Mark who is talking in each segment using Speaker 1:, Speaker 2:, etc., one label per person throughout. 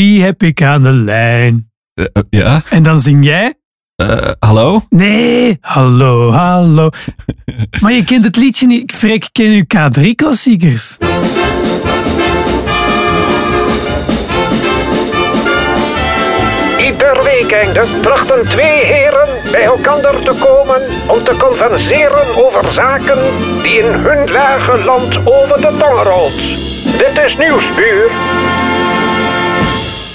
Speaker 1: heb ik aan de lijn?
Speaker 2: Eh, eh, ja?
Speaker 1: En dan zing jij?
Speaker 2: Eh, hallo?
Speaker 1: Nee, hallo, hallo. Maar je kent het liedje niet. Ik Freek, ken je K3-klassiekers?
Speaker 3: Ieder weekende trachten twee heren bij elkander te komen om te converseren over zaken die in hun lage land over de tong rolt. Dit is Nieuwsbuur.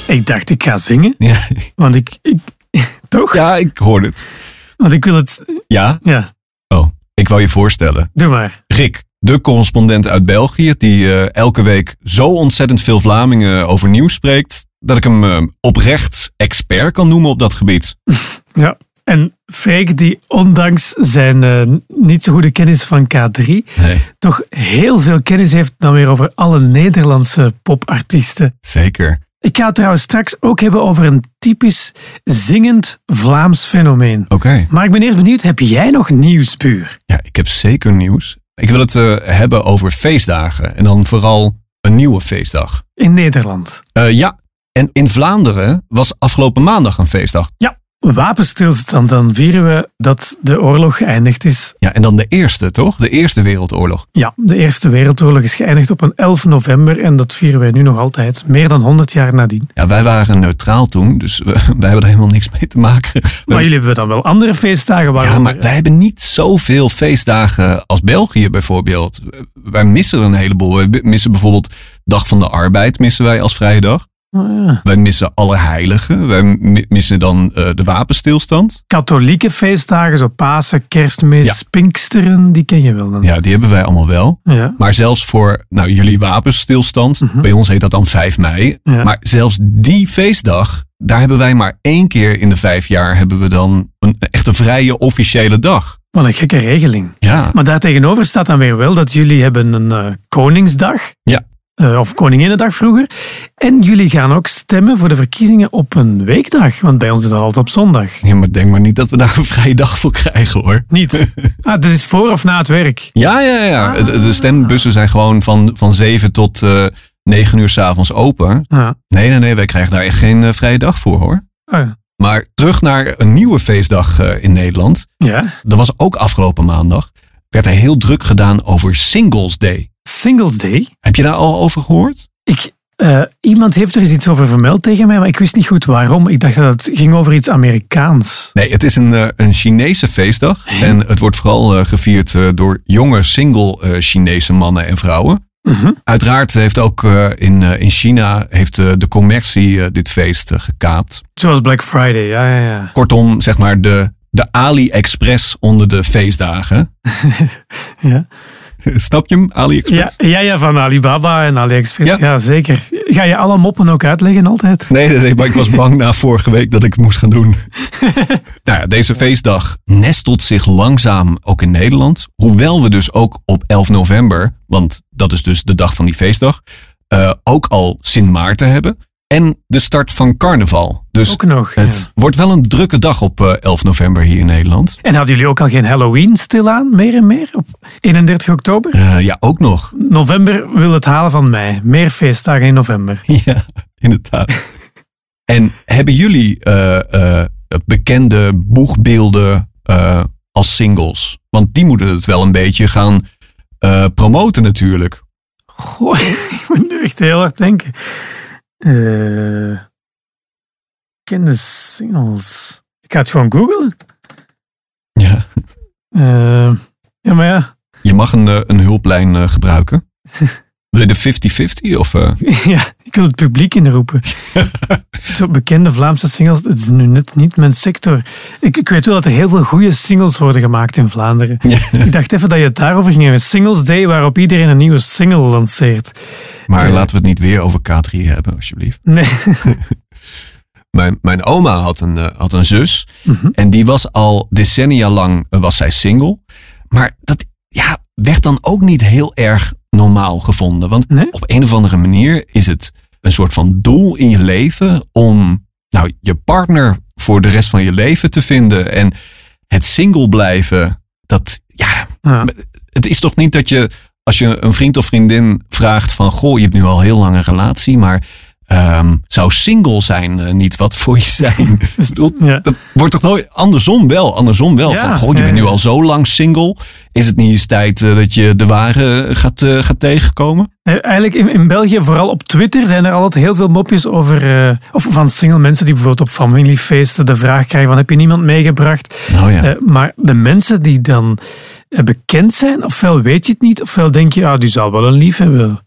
Speaker 1: Ik dacht, ik ga zingen.
Speaker 2: Ja,
Speaker 1: Want ik... ik toch?
Speaker 2: ja ik hoor het.
Speaker 1: Want ik wil het...
Speaker 2: Ja?
Speaker 1: Ja,
Speaker 2: Oh, ik wou je voorstellen.
Speaker 1: doe maar.
Speaker 2: Rick, de correspondent uit België, die eh, elke week zo ontzettend veel Vlamingen over nieuws spreekt, dat ik hem eh, oprecht expert kan noemen op dat gebied.
Speaker 1: Ja. En Freek, die ondanks zijn eh, niet zo goede kennis van K3,
Speaker 2: Nee,
Speaker 1: toch heel veel kennis heeft dan weer over alle Nederlandse popartiesten.
Speaker 2: zeker.
Speaker 1: Ik ga het trouwens straks ook hebben over een typisch zingend Vlaams fenomeen.
Speaker 2: Oké.
Speaker 1: Maar ik ben eerst benieuwd, heb jij nog nieuwsbuur?
Speaker 2: Ja, ik heb zeker nieuws. Ik wil het eh, hebben over feestdagen en dan vooral een nieuwe feestdag.
Speaker 1: In Nederland.
Speaker 2: Eh, ja, en in Vlaanderen was afgelopen maandag een feestdag.
Speaker 1: Ja, wapenstilstand. Dan vieren we dat de oorlog geëindigd is.
Speaker 2: Ja, en dan de eerste, toch? De Eerste Wereldoorlog.
Speaker 1: Ja, de Eerste Wereldoorlog is geëindigd op een 11 november en dat vieren wij nu nog altijd, meer dan 100 jaar nadien.
Speaker 2: Ja, wij waren neutraal toen, dus we- wij hebben er helemaal niks mee te maken. We-
Speaker 1: Maar jullie hebben dan wel andere feestdagen
Speaker 2: ja,
Speaker 1: waaronder...
Speaker 2: maar wij hebben niet zoveel feestdagen als België bijvoorbeeld. Wij missen er een heleboel. We missen bijvoorbeeld Dag van de Arbeid missen wij als vrije dag.
Speaker 1: Ah,
Speaker 2: Wij missen Allerheiligen. Wij mi- missen dan eh, de wapenstilstand.
Speaker 1: Katholieke feestdagen, zo Pasen, Kerstmis,
Speaker 2: Ja.
Speaker 1: Pinksteren, die ken je wel dan.
Speaker 2: Ja, die hebben wij allemaal wel.
Speaker 1: Ja.
Speaker 2: Maar zelfs voor nou, jullie wapenstilstand, bij ons heet dat dan 5 mei.
Speaker 1: Ja.
Speaker 2: Maar zelfs die feestdag, daar hebben wij maar één keer in de vijf jaar hebben we dan een echte vrije officiële dag.
Speaker 1: Wat een gekke regeling.
Speaker 2: Ja,
Speaker 1: Maar daartegenover staat dan weer wel dat jullie hebben een eh, Koningsdag.
Speaker 2: Ja.
Speaker 1: Eh, of Koninginnedag vroeger. En jullie gaan ook stemmen voor de verkiezingen op een weekdag. Want bij ons is dat altijd op zondag.
Speaker 2: ja maar denk maar niet dat we daar een vrije dag voor krijgen hoor.
Speaker 1: Niet. Ah, dit is voor of na het werk.
Speaker 2: Ja, ja, ja. De, de stembussen zijn gewoon van, van 7 tot eh 9 uur s'avonds open.
Speaker 1: Ja.
Speaker 2: Nee, nee, nee, wij krijgen daar echt geen eh, vrije dag voor hoor.
Speaker 1: Ah,
Speaker 2: Maar terug naar een nieuwe feestdag eh, in Nederland.
Speaker 1: ja.
Speaker 2: Dat was ook afgelopen maandag. Werd er heel druk gedaan over Singles Day.
Speaker 1: Singles Day.
Speaker 2: Heb je daar al over gehoord?
Speaker 1: Ik, eh, iemand heeft er eens iets over vermeld tegen mij, maar ik wist niet goed waarom. Ik dacht dat het ging over iets Amerikaans.
Speaker 2: Nee, het is een, eh, een Chinese feestdag. En het wordt vooral eh, gevierd eh, door jonge single eh, Chinese mannen en vrouwen.
Speaker 1: Mhm.
Speaker 2: Uiteraard heeft ook eh, in, eh, in China heeft, eh, de commercie eh, dit feest eh, gekaapt.
Speaker 1: Zoals Black Friday, ja, ja, ja.
Speaker 2: Kortom, zeg maar de, de AliExpress onder de feestdagen.
Speaker 1: Ja.
Speaker 2: Snap je hem, AliExpress?
Speaker 1: Ja, ja, ja, van Alibaba en AliExpress.
Speaker 2: Ja.
Speaker 1: Ja. zeker. Ga je alle moppen ook uitleggen altijd?
Speaker 2: Nee, nee, nee, maar ik was bang na vorige week dat ik het moest gaan doen. nou ja, deze feestdag nestelt zich langzaam ook in Nederland. Hoewel we dus ook op 11 november, want dat is dus de dag van die feestdag, eh, ook al Sint Maarten hebben. En de start van carnaval. Dus
Speaker 1: Ook nog. ja.
Speaker 2: het wordt wel een drukke dag op eh, 11 november hier in Nederland.
Speaker 1: En hadden jullie ook al geen Halloween stilaan, meer en meer, op 31 oktober?
Speaker 2: Eh, ja, ook nog.
Speaker 1: November wil het halen van mei. Meer feestdagen in november.
Speaker 2: Ja, inderdaad. en hebben jullie eh, eh, bekende boegbeelden eh, als singles? Want die moeten het wel een beetje gaan eh, promoten natuurlijk.
Speaker 1: Goh, ik moet nu echt heel hard denken. Eh kende singles. Ik ga het gewoon googlen.
Speaker 2: Ja.
Speaker 1: Eh, ja, maar ja.
Speaker 2: Je mag een, eh, een hulplijn eh, gebruiken. Wil je de 50-50 of... eh?
Speaker 1: Ja, ik wil het publiek inroepen. Zo bekende Vlaamse singles, het is nu net niet mijn sector. Ik, ik weet wel dat er heel veel goede singles worden gemaakt in Vlaanderen. Ik dacht even dat je het daarover ging hebben. Singles Day, waarop iedereen een nieuwe single lanceert.
Speaker 2: Maar laten we het niet weer over K3 hebben, alsjeblieft.
Speaker 1: Nee.
Speaker 2: Mijn, mijn oma had een, eh, had een zus. En die was al decennia lang eh, was zij single. Maar dat ja, werd dan ook niet heel erg normaal gevonden. Want
Speaker 1: Nee?
Speaker 2: op een of andere manier is het een soort van doel in je leven om nou, je partner voor de rest van je leven te vinden. En het single blijven, dat ja,
Speaker 1: Ja.
Speaker 2: het is toch niet dat je als je een vriend of vriendin vraagt van goh, je hebt nu al heel lang een relatie, maar ehm, zou single zijn eh, niet wat voor je zijn. Ik bedoel,
Speaker 1: ja.
Speaker 2: Dat wordt toch nooit andersom wel, andersom wel.
Speaker 1: Ja,
Speaker 2: van, goh, je
Speaker 1: ja,
Speaker 2: bent nu
Speaker 1: ja.
Speaker 2: al zo lang single. Is het niet eens tijd eh, dat je de ware gaat, eh, gaat tegenkomen?
Speaker 1: Nee, Eh, Eigenlijk in, in België, vooral op Twitter, zijn er altijd heel veel mopjes over. eh, of van single mensen die bijvoorbeeld op familiefeesten de vraag krijgen: van, heb je niemand meegebracht?
Speaker 2: Nou ja.
Speaker 1: Eh, maar de mensen die dan eh, bekend zijn, ofwel weet je het niet, ofwel denk je, ah, die zal wel een lief hebben.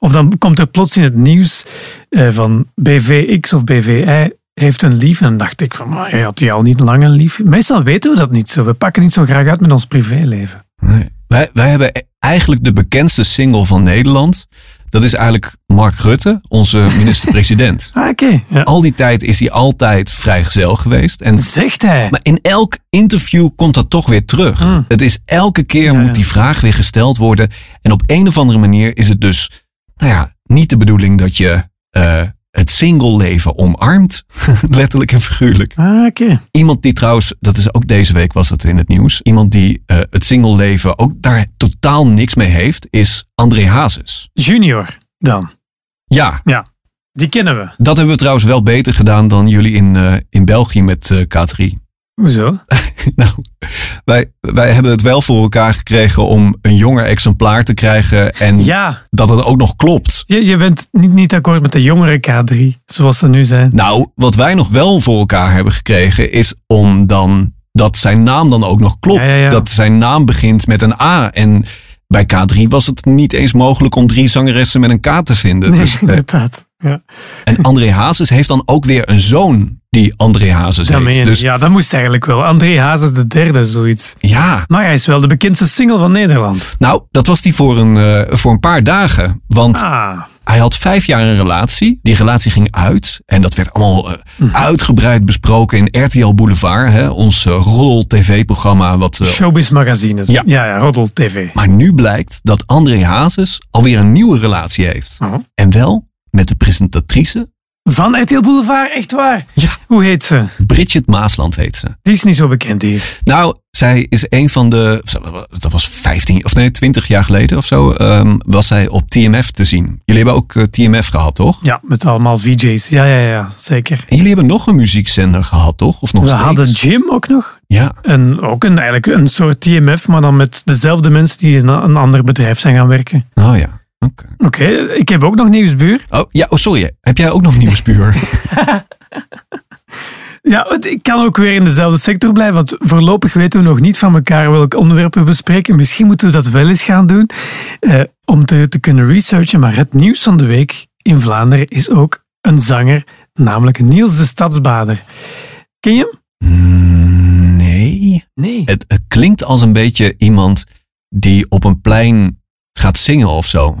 Speaker 1: Of dan komt er plots in het nieuws eh, van BVX of BVI heeft een lief. En dan dacht ik van, maar hij had die al niet lang een lief? Meestal weten we dat niet zo. We pakken niet zo graag uit met ons privéleven.
Speaker 2: Nee. Wij, wij hebben e- eigenlijk de bekendste single van Nederland. Dat is eigenlijk Mark Rutte, onze minister-president.
Speaker 1: Ah, oké. Ja.
Speaker 2: Al die tijd is hij altijd vrijgezel geweest. En,
Speaker 1: Zegt hij.
Speaker 2: maar in elk interview komt dat toch weer terug. Het is elke keer
Speaker 1: Hmm. ja.
Speaker 2: moet die vraag weer gesteld worden. En op een of andere manier is het dus nou ja, niet de bedoeling dat je eh, het single leven omarmt. Letterlijk en figuurlijk.
Speaker 1: Ah, oké.
Speaker 2: Iemand die trouwens, dat is ook deze week was dat in het nieuws. Iemand die eh, het single leven ook daar totaal niks mee heeft, is André Hazes.
Speaker 1: Junior dan.
Speaker 2: Ja,
Speaker 1: Die kennen we.
Speaker 2: dat hebben we trouwens wel beter gedaan dan jullie in, eh, in België met eh, K3.
Speaker 1: Hoezo?
Speaker 2: Nou, wij, wij hebben het wel voor elkaar gekregen om een jonger exemplaar te krijgen en
Speaker 1: Ja,
Speaker 2: dat het ook nog klopt.
Speaker 1: je, je bent niet, niet akkoord met de jongere K3, zoals ze nu zijn.
Speaker 2: Nou, wat wij nog wel voor elkaar hebben gekregen is om dan dat zijn naam dan ook nog klopt.
Speaker 1: Ja, ja, ja.
Speaker 2: Dat zijn naam begint met een A. En bij K3 was het niet eens mogelijk om drie zangeressen met een K te vinden.
Speaker 1: Nee,
Speaker 2: Dus, eh,
Speaker 1: inderdaad. Ja,
Speaker 2: en André Hazes heeft dan ook weer een zoon die André Hazes
Speaker 1: dat, meen je
Speaker 2: heet.
Speaker 1: niet.
Speaker 2: Dus
Speaker 1: ja, dat moest eigenlijk wel. André Hazes de derde, zoiets.
Speaker 2: ja,
Speaker 1: Maar hij is wel de bekendste single van Nederland.
Speaker 2: nou, dat was die voor een, eh, voor een paar dagen. Want
Speaker 1: Ah,
Speaker 2: Hij had vijf jaar een relatie. Die relatie ging uit. En dat werd allemaal eh,
Speaker 1: Mhm.
Speaker 2: uitgebreid besproken in RTL Boulevard. Hè, ons eh, roddel-tv-programma. Wat, eh,
Speaker 1: Showbiz Magazine.
Speaker 2: Ja.
Speaker 1: Ja. ja, Roddel TV.
Speaker 2: maar nu blijkt dat André Hazes alweer een nieuwe relatie heeft.
Speaker 1: Oh.
Speaker 2: En wel met de presentatrice
Speaker 1: Van RTL Boulevard, echt waar.
Speaker 2: Ja.
Speaker 1: Hoe heet ze?
Speaker 2: Bridget Maasland heet ze.
Speaker 1: Die is niet zo bekend hier.
Speaker 2: Nou, zij is een van de. Dat was 15 of nee, 20 jaar geleden of zo. ehm, was zij op TMF te zien. Jullie hebben ook eh, TMF gehad, toch?
Speaker 1: Ja, met allemaal VJ's. Ja, ja, ja, zeker.
Speaker 2: En jullie hebben nog een muziekzender gehad, toch? Of nog
Speaker 1: We
Speaker 2: steeds?
Speaker 1: hadden Jim ook nog.
Speaker 2: Ja.
Speaker 1: En ook een, eigenlijk een soort TMF, maar dan met dezelfde mensen die in een ander bedrijf zijn gaan werken.
Speaker 2: Oh ja. Oké.
Speaker 1: Oké, ik heb ook nog nieuwsbuur.
Speaker 2: Oh, ja, oh, sorry. Heb jij ook nog nieuwsbuur?
Speaker 1: Ja, het- ik kan ook weer in dezelfde sector blijven, want voorlopig weten we nog niet van elkaar welk onderwerp we bespreken. Misschien moeten we dat wel eens gaan doen eh, om te, te kunnen researchen. Maar het nieuws van de week in Vlaanderen is ook een zanger, namelijk Niels de Stadsbader. Ken je hem?
Speaker 2: Mm, nee.
Speaker 1: Nee.
Speaker 2: Het, het klinkt als een beetje iemand die op een plein gaat zingen of zo.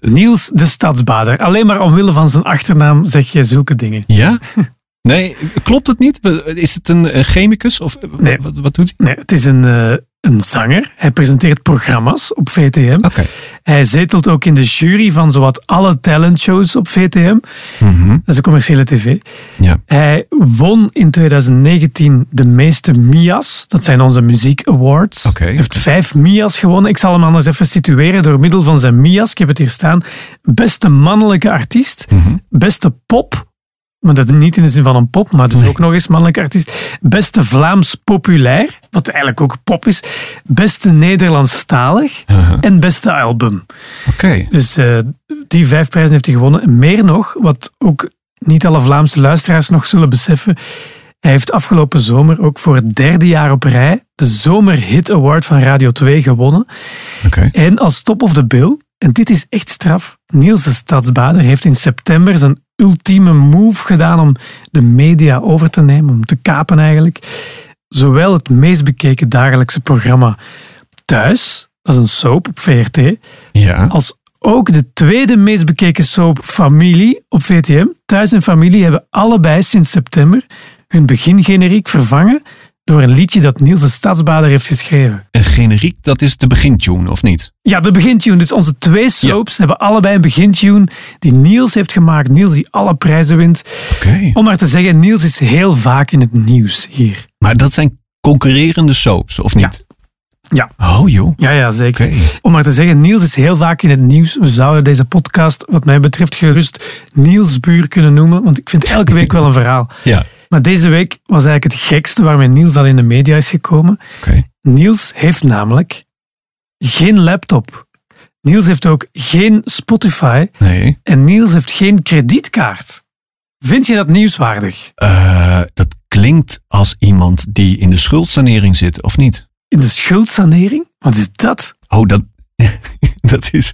Speaker 1: Niels de Stadsbader. Alleen maar omwille van zijn achternaam zeg je zulke dingen.
Speaker 2: Ja? Nee, klopt het niet? Is het een eh, chemicus? Of, eh,
Speaker 1: Nee.
Speaker 2: wat, wat doet
Speaker 1: Nee, het is een, eh, een zanger. Hij presenteert programma's op VTM.
Speaker 2: hij? Oké.
Speaker 1: Hij zetelt ook in de jury van zowat alle talentshows op VTM.
Speaker 2: Mhm.
Speaker 1: Dat is de commerciële tv.
Speaker 2: Ja.
Speaker 1: Hij won in 2019 de meeste MIA's. Dat zijn onze muziek awards.
Speaker 2: Oké.
Speaker 1: Hij heeft vijf MIA's gewonnen. Ik zal hem anders even situeren door middel van zijn MIA's. Ik heb het hier staan. Beste mannelijke artiest.
Speaker 2: Mhm.
Speaker 1: Beste pop. Maar dat niet in de zin van een pop, maar dus ook nog eens mannelijke artiest. Beste Vlaams populair, wat eigenlijk ook pop is. Beste Nederlandstalig
Speaker 2: Aha.
Speaker 1: en beste album.
Speaker 2: Eh, Oké.
Speaker 1: Dus eh, die vijf prijzen heeft hij gewonnen. En Meer nog, wat ook niet alle Vlaamse luisteraars nog zullen beseffen. Hij heeft afgelopen zomer ook voor het derde jaar op rij de Zomerhit Award van Radio 2 gewonnen.
Speaker 2: Oké.
Speaker 1: En als top of the bill, en dit is echt straf, Niels de Stadsbader heeft in september zijn ultieme move gedaan om de media over te nemen, om te kapen eigenlijk. Zowel het meest bekeken dagelijkse programma Thuis, dat is een soap op VRT,
Speaker 2: Ja.
Speaker 1: als ook de tweede meest bekeken soap Familie op VTM. Thuis en Familie hebben allebei sinds september hun begingeneriek vervangen door een liedje dat Niels de Stadsbader heeft geschreven.
Speaker 2: Een generiek, dat is de begintune, of niet?
Speaker 1: Ja, de begintune. Dus onze twee soaps hebben allebei een begintune die Niels heeft gemaakt. Niels die alle prijzen wint.
Speaker 2: Oké.
Speaker 1: Om maar te zeggen, Niels is heel vaak in het nieuws hier.
Speaker 2: Maar dat zijn concurrerende soaps, of niet?
Speaker 1: Ja.
Speaker 2: Oh joh.
Speaker 1: Ja, ja, zeker.
Speaker 2: Oké.
Speaker 1: Om maar te zeggen, Niels is heel vaak in het nieuws. We zouden deze podcast, wat mij betreft, gerust Nielsbuur kunnen noemen. Want ik vind elke week wel een verhaal.
Speaker 2: Ja.
Speaker 1: Maar deze week was eigenlijk het gekste waarmee Niels al in de media is gekomen.
Speaker 2: Oké.
Speaker 1: Niels heeft namelijk geen laptop. Niels heeft ook geen Spotify.
Speaker 2: Nee.
Speaker 1: En Niels heeft geen kredietkaart. Vind je dat nieuwswaardig?
Speaker 2: Eh, dat klinkt als iemand die in de schuldsanering zit, of niet?
Speaker 1: In de schuldsanering? Wat is dat?
Speaker 2: Oh, dat, dat is.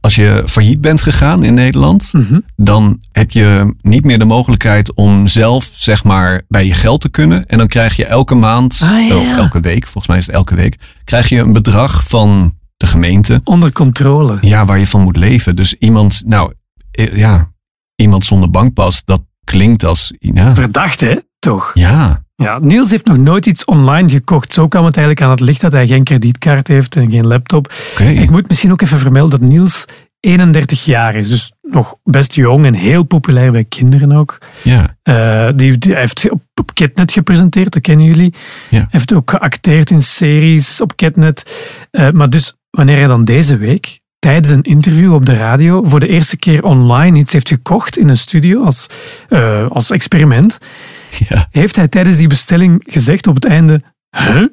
Speaker 2: Als je failliet bent gegaan in Nederland,
Speaker 1: Mhm.
Speaker 2: dan heb je niet meer de mogelijkheid om zelf, zeg maar, bij je geld te kunnen. En dan krijg je elke maand,
Speaker 1: Ah, ja.
Speaker 2: of elke week, volgens mij is het elke week, krijg je een bedrag van de gemeente.
Speaker 1: Onder controle.
Speaker 2: Ja, waar je van moet leven. Dus iemand, nou, eh, ja, iemand zonder bankpas, dat klinkt als. Ja.
Speaker 1: Verdacht, hè? Toch?
Speaker 2: ja.
Speaker 1: Ja, Niels heeft nog nooit iets online gekocht. Zo kwam het eigenlijk aan het licht dat hij geen kredietkaart heeft en geen laptop.
Speaker 2: Oké.
Speaker 1: Ik moet misschien ook even vermelden dat Niels 31 jaar is. Dus nog best jong en heel populair bij kinderen ook.
Speaker 2: Ja.
Speaker 1: Eh, die, die- hij heeft op, op Ketnet gepresenteerd, dat kennen jullie.
Speaker 2: Ja.
Speaker 1: Hij heeft ook geacteerd in series op Ketnet. Eh, maar dus wanneer hij dan deze week tijdens een interview op de radio voor de eerste keer online iets heeft gekocht in een studio als, eh, als experiment,
Speaker 2: Ja.
Speaker 1: heeft hij tijdens die bestelling gezegd op het einde, huh?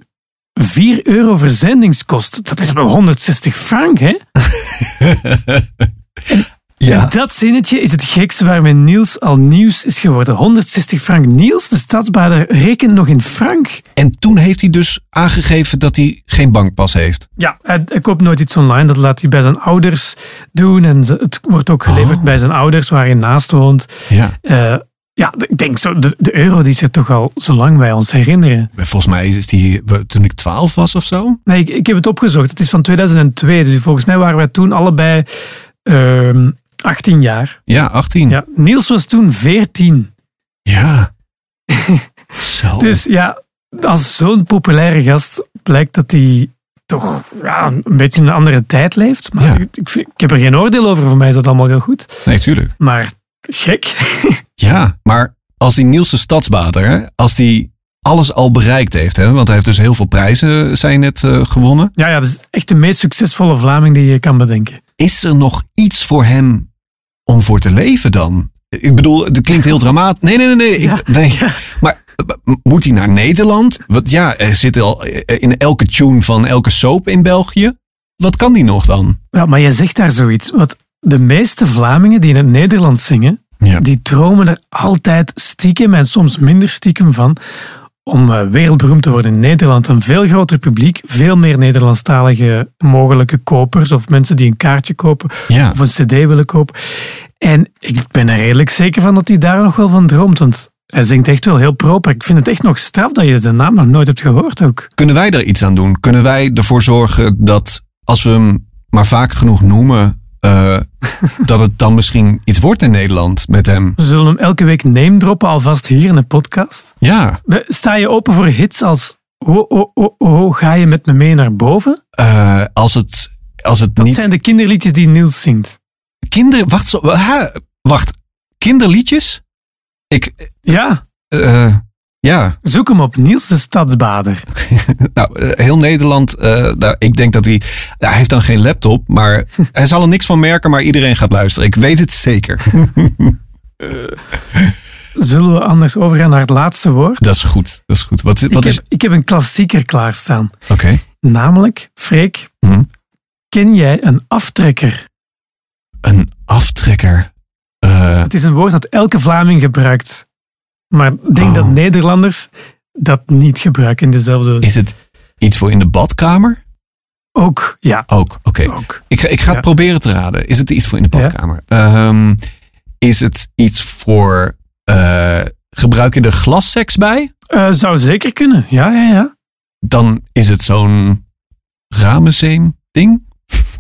Speaker 1: 4 euro verzendingskost, dat is wel 160 frank, hè?
Speaker 2: Ja.
Speaker 1: En dat zinnetje is het gekste waarmee Niels al nieuws is geworden. 160 frank. Niels, de stadsbaarder, rekent nog in frank.
Speaker 2: En toen heeft hij dus aangegeven dat hij geen bankpas heeft.
Speaker 1: Ja, hij, hij koopt nooit iets online. Dat laat hij bij zijn ouders doen. En ze- het wordt ook geleverd
Speaker 2: Oh.
Speaker 1: bij zijn ouders, waar hij naast woont.
Speaker 2: Ja.
Speaker 1: Eh, ja, d- ik denk, zo, de, de euro die zit toch al zolang wij ons herinneren.
Speaker 2: Volgens mij is die we- toen ik 12 was of zo.
Speaker 1: Nee, ik, ik heb het opgezocht. Het is van 2002. Dus volgens mij waren wij toen allebei ehm, 18 jaar.
Speaker 2: Ja, 18.
Speaker 1: Ja, Niels was toen 14.
Speaker 2: Ja. zo.
Speaker 1: Dus ja, als zo'n populaire gast blijkt dat hij toch ja, een beetje in een andere tijd leeft. Maar
Speaker 2: Ja.
Speaker 1: ik, ik, vind- ik heb er geen oordeel over, voor mij is dat allemaal heel goed.
Speaker 2: Nee, tuurlijk.
Speaker 1: Maar gek.
Speaker 2: Ja, maar als die Niels de Stadsbader, hè, als die alles al bereikt heeft, hè, want hij heeft dus heel veel prijzen zijn net eh, gewonnen.
Speaker 1: Ja, ja, dat is echt de meest succesvolle Vlaming die je kan bedenken.
Speaker 2: Is er nog iets voor hem om voor te leven dan? Ik bedoel, het klinkt heel dramatisch. Nee, nee, nee. nee. Ik- nee. Maar eh, moet hij naar Nederland? Want ja, er zit al eh, in elke tune van elke soap in België. Wat kan die nog dan?
Speaker 1: Ja, maar je zegt daar zoiets. Want de meeste Vlamingen die in het Nederlands zingen,
Speaker 2: Ja.
Speaker 1: die dromen er altijd stiekem en soms minder stiekem van om eh, wereldberoemd te worden in Nederland. Een veel groter publiek, veel meer Nederlandstalige mogelijke kopers of mensen die een kaartje kopen
Speaker 2: Ja.
Speaker 1: of een cd willen kopen. En ik ben er redelijk zeker van dat hij daar nog wel van droomt, want hij zingt echt wel heel proper. Ik vind het echt nog straf dat je zijn naam nog nooit hebt gehoord ook.
Speaker 2: Kunnen wij er iets aan doen? Kunnen wij ervoor zorgen dat als we hem maar vaak genoeg noemen, eh, dat het dan misschien iets wordt in Nederland met hem?
Speaker 1: We zullen hem elke week name droppen, alvast hier in de podcast.
Speaker 2: Ja,
Speaker 1: We- Sta je open voor hits als Oh, oh, oh, oh, ga je met me mee naar boven?
Speaker 2: eh, als het, als het
Speaker 1: Dat
Speaker 2: niet.
Speaker 1: zijn de kinderliedjes die Niels zingt.
Speaker 2: Kinderen, wacht, zo- ha, wacht, kinderliedjes? Ik,
Speaker 1: Ja,
Speaker 2: eh, ja,
Speaker 1: zoek hem op Niels de Stadsbader.
Speaker 2: nou, eh, heel Nederland, eh, nou, ik denk dat hij, nou, hij heeft dan geen laptop, maar hij zal er niks van merken, maar iedereen gaat luisteren. Ik weet het zeker.
Speaker 1: Zullen we anders overgaan naar het laatste woord?
Speaker 2: Dat is goed, dat is goed. Wat, wat
Speaker 1: ik,
Speaker 2: is,
Speaker 1: heb, ik heb een klassieker klaarstaan.
Speaker 2: oké.
Speaker 1: Namelijk, Freek,
Speaker 2: Hm.
Speaker 1: ken jij een aftrekker?
Speaker 2: Een aftrekker. Eh,
Speaker 1: Het is een woord dat elke Vlaming gebruikt. Maar ik denk
Speaker 2: Oh.
Speaker 1: dat Nederlanders dat niet gebruiken in dezelfde...
Speaker 2: is het iets voor in de badkamer?
Speaker 1: Ook, ja,
Speaker 2: Ook, oké.
Speaker 1: ook.
Speaker 2: Ik, ga- ik ga
Speaker 1: Ja.
Speaker 2: het proberen te raden. Is het iets voor in de
Speaker 1: Ja.
Speaker 2: badkamer? Ehm, is het iets voor... eh, gebruik je er glasseks bij?
Speaker 1: Eh, zou zeker kunnen, ja, ja, ja.
Speaker 2: Dan is het zo'n ramenzeem ding?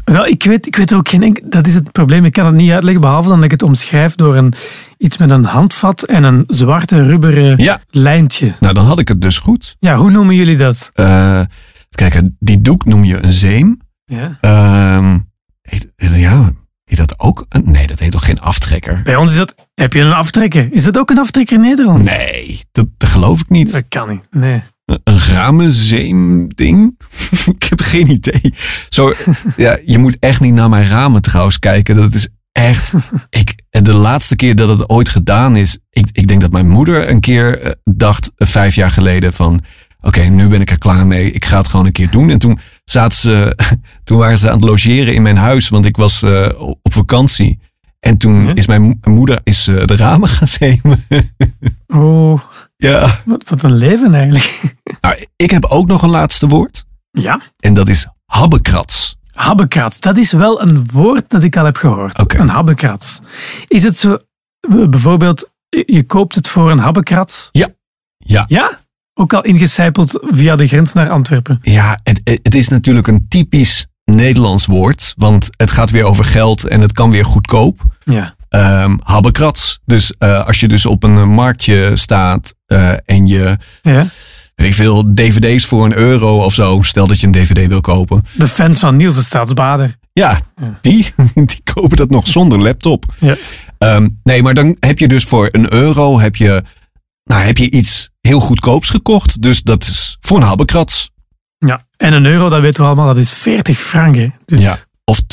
Speaker 1: Wel, ik weet, ik weet er ook geen enkel... Dat is het probleem. Ik kan het niet uitleggen, behalve dan dat ik het omschrijf door een, iets met een handvat en een zwarte rubberen
Speaker 2: Ja.
Speaker 1: lijntje.
Speaker 2: Nou, dan had ik het dus goed.
Speaker 1: Ja, hoe noemen jullie dat?
Speaker 2: Eh kijk, die doek noem je een zeem.
Speaker 1: Ja.
Speaker 2: Ehm, heet- ja, heet dat ook? een- Nee, dat heet toch geen aftrekker?
Speaker 1: Bij ons is dat... Heb je een aftrekker? Is dat ook een aftrekker in Nederland?
Speaker 2: Nee, dat, dat geloof ik niet.
Speaker 1: Dat kan niet, nee.
Speaker 2: Een- Een ramenzeemding? ik heb geen idee. Zo, ja, je moet echt niet naar mijn ramen trouwens kijken. Dat is echt... Ik, de laatste keer dat het ooit gedaan is... Ik, ik denk dat mijn moeder een keer eh, dacht, eh, vijf jaar geleden, van... Oké, nu ben ik er klaar mee. Ik ga het gewoon een keer doen. En toen, zaten ze, toen waren ze aan het logeren in mijn huis, want ik was eh, op vakantie. En toen
Speaker 1: Ja.
Speaker 2: is mijn mo- moeder is, eh, de ramen gaan zeemen.
Speaker 1: Oh,
Speaker 2: ja.
Speaker 1: wat, wat een leven eigenlijk.
Speaker 2: Nou, ik heb ook nog een laatste woord.
Speaker 1: Ja,
Speaker 2: En dat is habbekrats.
Speaker 1: habbekrats. Dat is wel een woord dat ik al heb gehoord.
Speaker 2: Oké.
Speaker 1: Een habbekrats. Is het zo, eh, bijvoorbeeld, je- je koopt het voor een habbekrats?
Speaker 2: Ja. Ja.
Speaker 1: Ja? Ook al ingecijpeld via de grens naar Antwerpen.
Speaker 2: Ja, het, het is natuurlijk een typisch Nederlands woord. Want het gaat weer over geld en het kan weer goedkoop.
Speaker 1: Ja.
Speaker 2: Ehm habbekrats. Dus eh, als je dus op een eh, marktje staat eh, en je,
Speaker 1: ja.
Speaker 2: weet ik veel, dvd's voor een euro of zo. Stel dat je een dvd wil kopen.
Speaker 1: De fans van Niels de Staatsbader.
Speaker 2: Ja, die, die kopen dat nog zonder laptop.
Speaker 1: Ja.
Speaker 2: Ehm, nee, maar dan heb je dus voor een euro heb je, nou, heb je iets heel goedkoops gekocht. Dus dat is voor een habbekrats.
Speaker 1: ja. En een euro, dat weten we allemaal, dat is 40 franken. Dus
Speaker 2: Ja. Of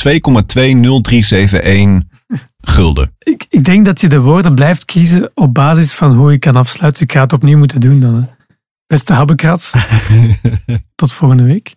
Speaker 2: 2,20371 gulden.
Speaker 1: ik, ik denk dat je de woorden blijft kiezen op basis van hoe ik kan afsluiten. Ik ga het opnieuw moeten doen dan. Hè. Beste habbekrats, tot volgende week.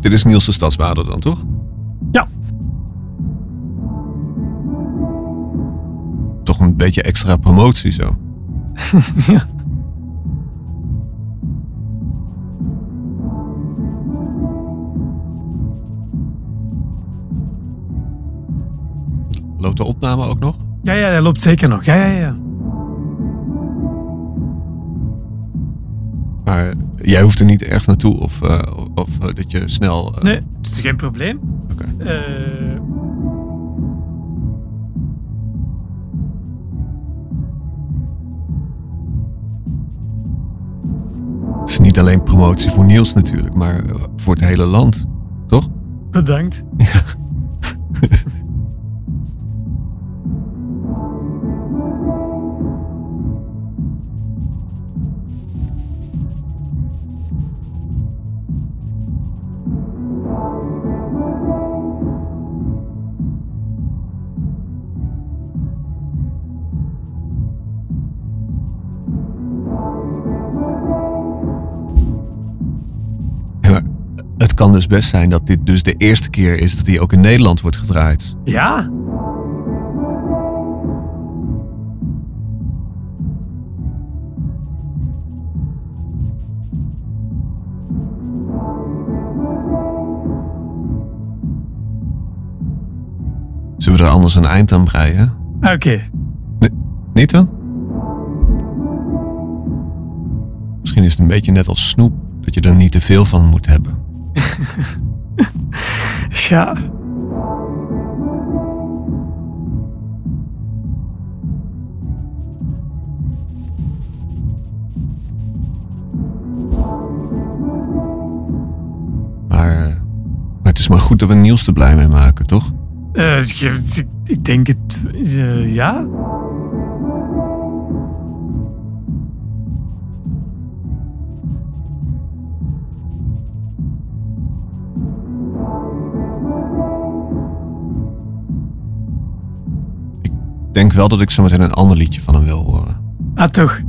Speaker 2: Dit is Niels de Stadswader dan, toch?
Speaker 1: Ja.
Speaker 2: Toch een beetje extra promotie zo.
Speaker 1: Ja.
Speaker 2: Loopt de opname ook nog?
Speaker 1: Ja, ja, dat loopt zeker nog. Ja, ja, ja.
Speaker 2: Maar jij hoeft er niet ergens naartoe of, eh, of eh, dat je snel... eh,
Speaker 1: Nee, het is geen probleem.
Speaker 2: Oké.
Speaker 1: Eh,
Speaker 2: Het is niet alleen promotie voor Niels natuurlijk, maar eh, voor het hele land, toch?
Speaker 1: bedankt.
Speaker 2: Ja, maar het kan dus best zijn dat dit dus de eerste keer is dat hij ook in Nederland wordt gedraaid.
Speaker 1: Ja.
Speaker 2: Zullen we er anders een eind aan breien?
Speaker 1: Ah, Oké.
Speaker 2: Niet dan? Misschien is het een beetje net als snoep, dat je er niet te veel van moet hebben.
Speaker 1: Ja.
Speaker 2: Maar, eh, maar het is maar goed dat we Niels er blij mee maken, toch?
Speaker 1: Eh, ik- ik- ik denk het. eh, ja.
Speaker 2: denk wel dat ik zo meteen een ander liedje van hem wil horen.
Speaker 1: Ah, toch.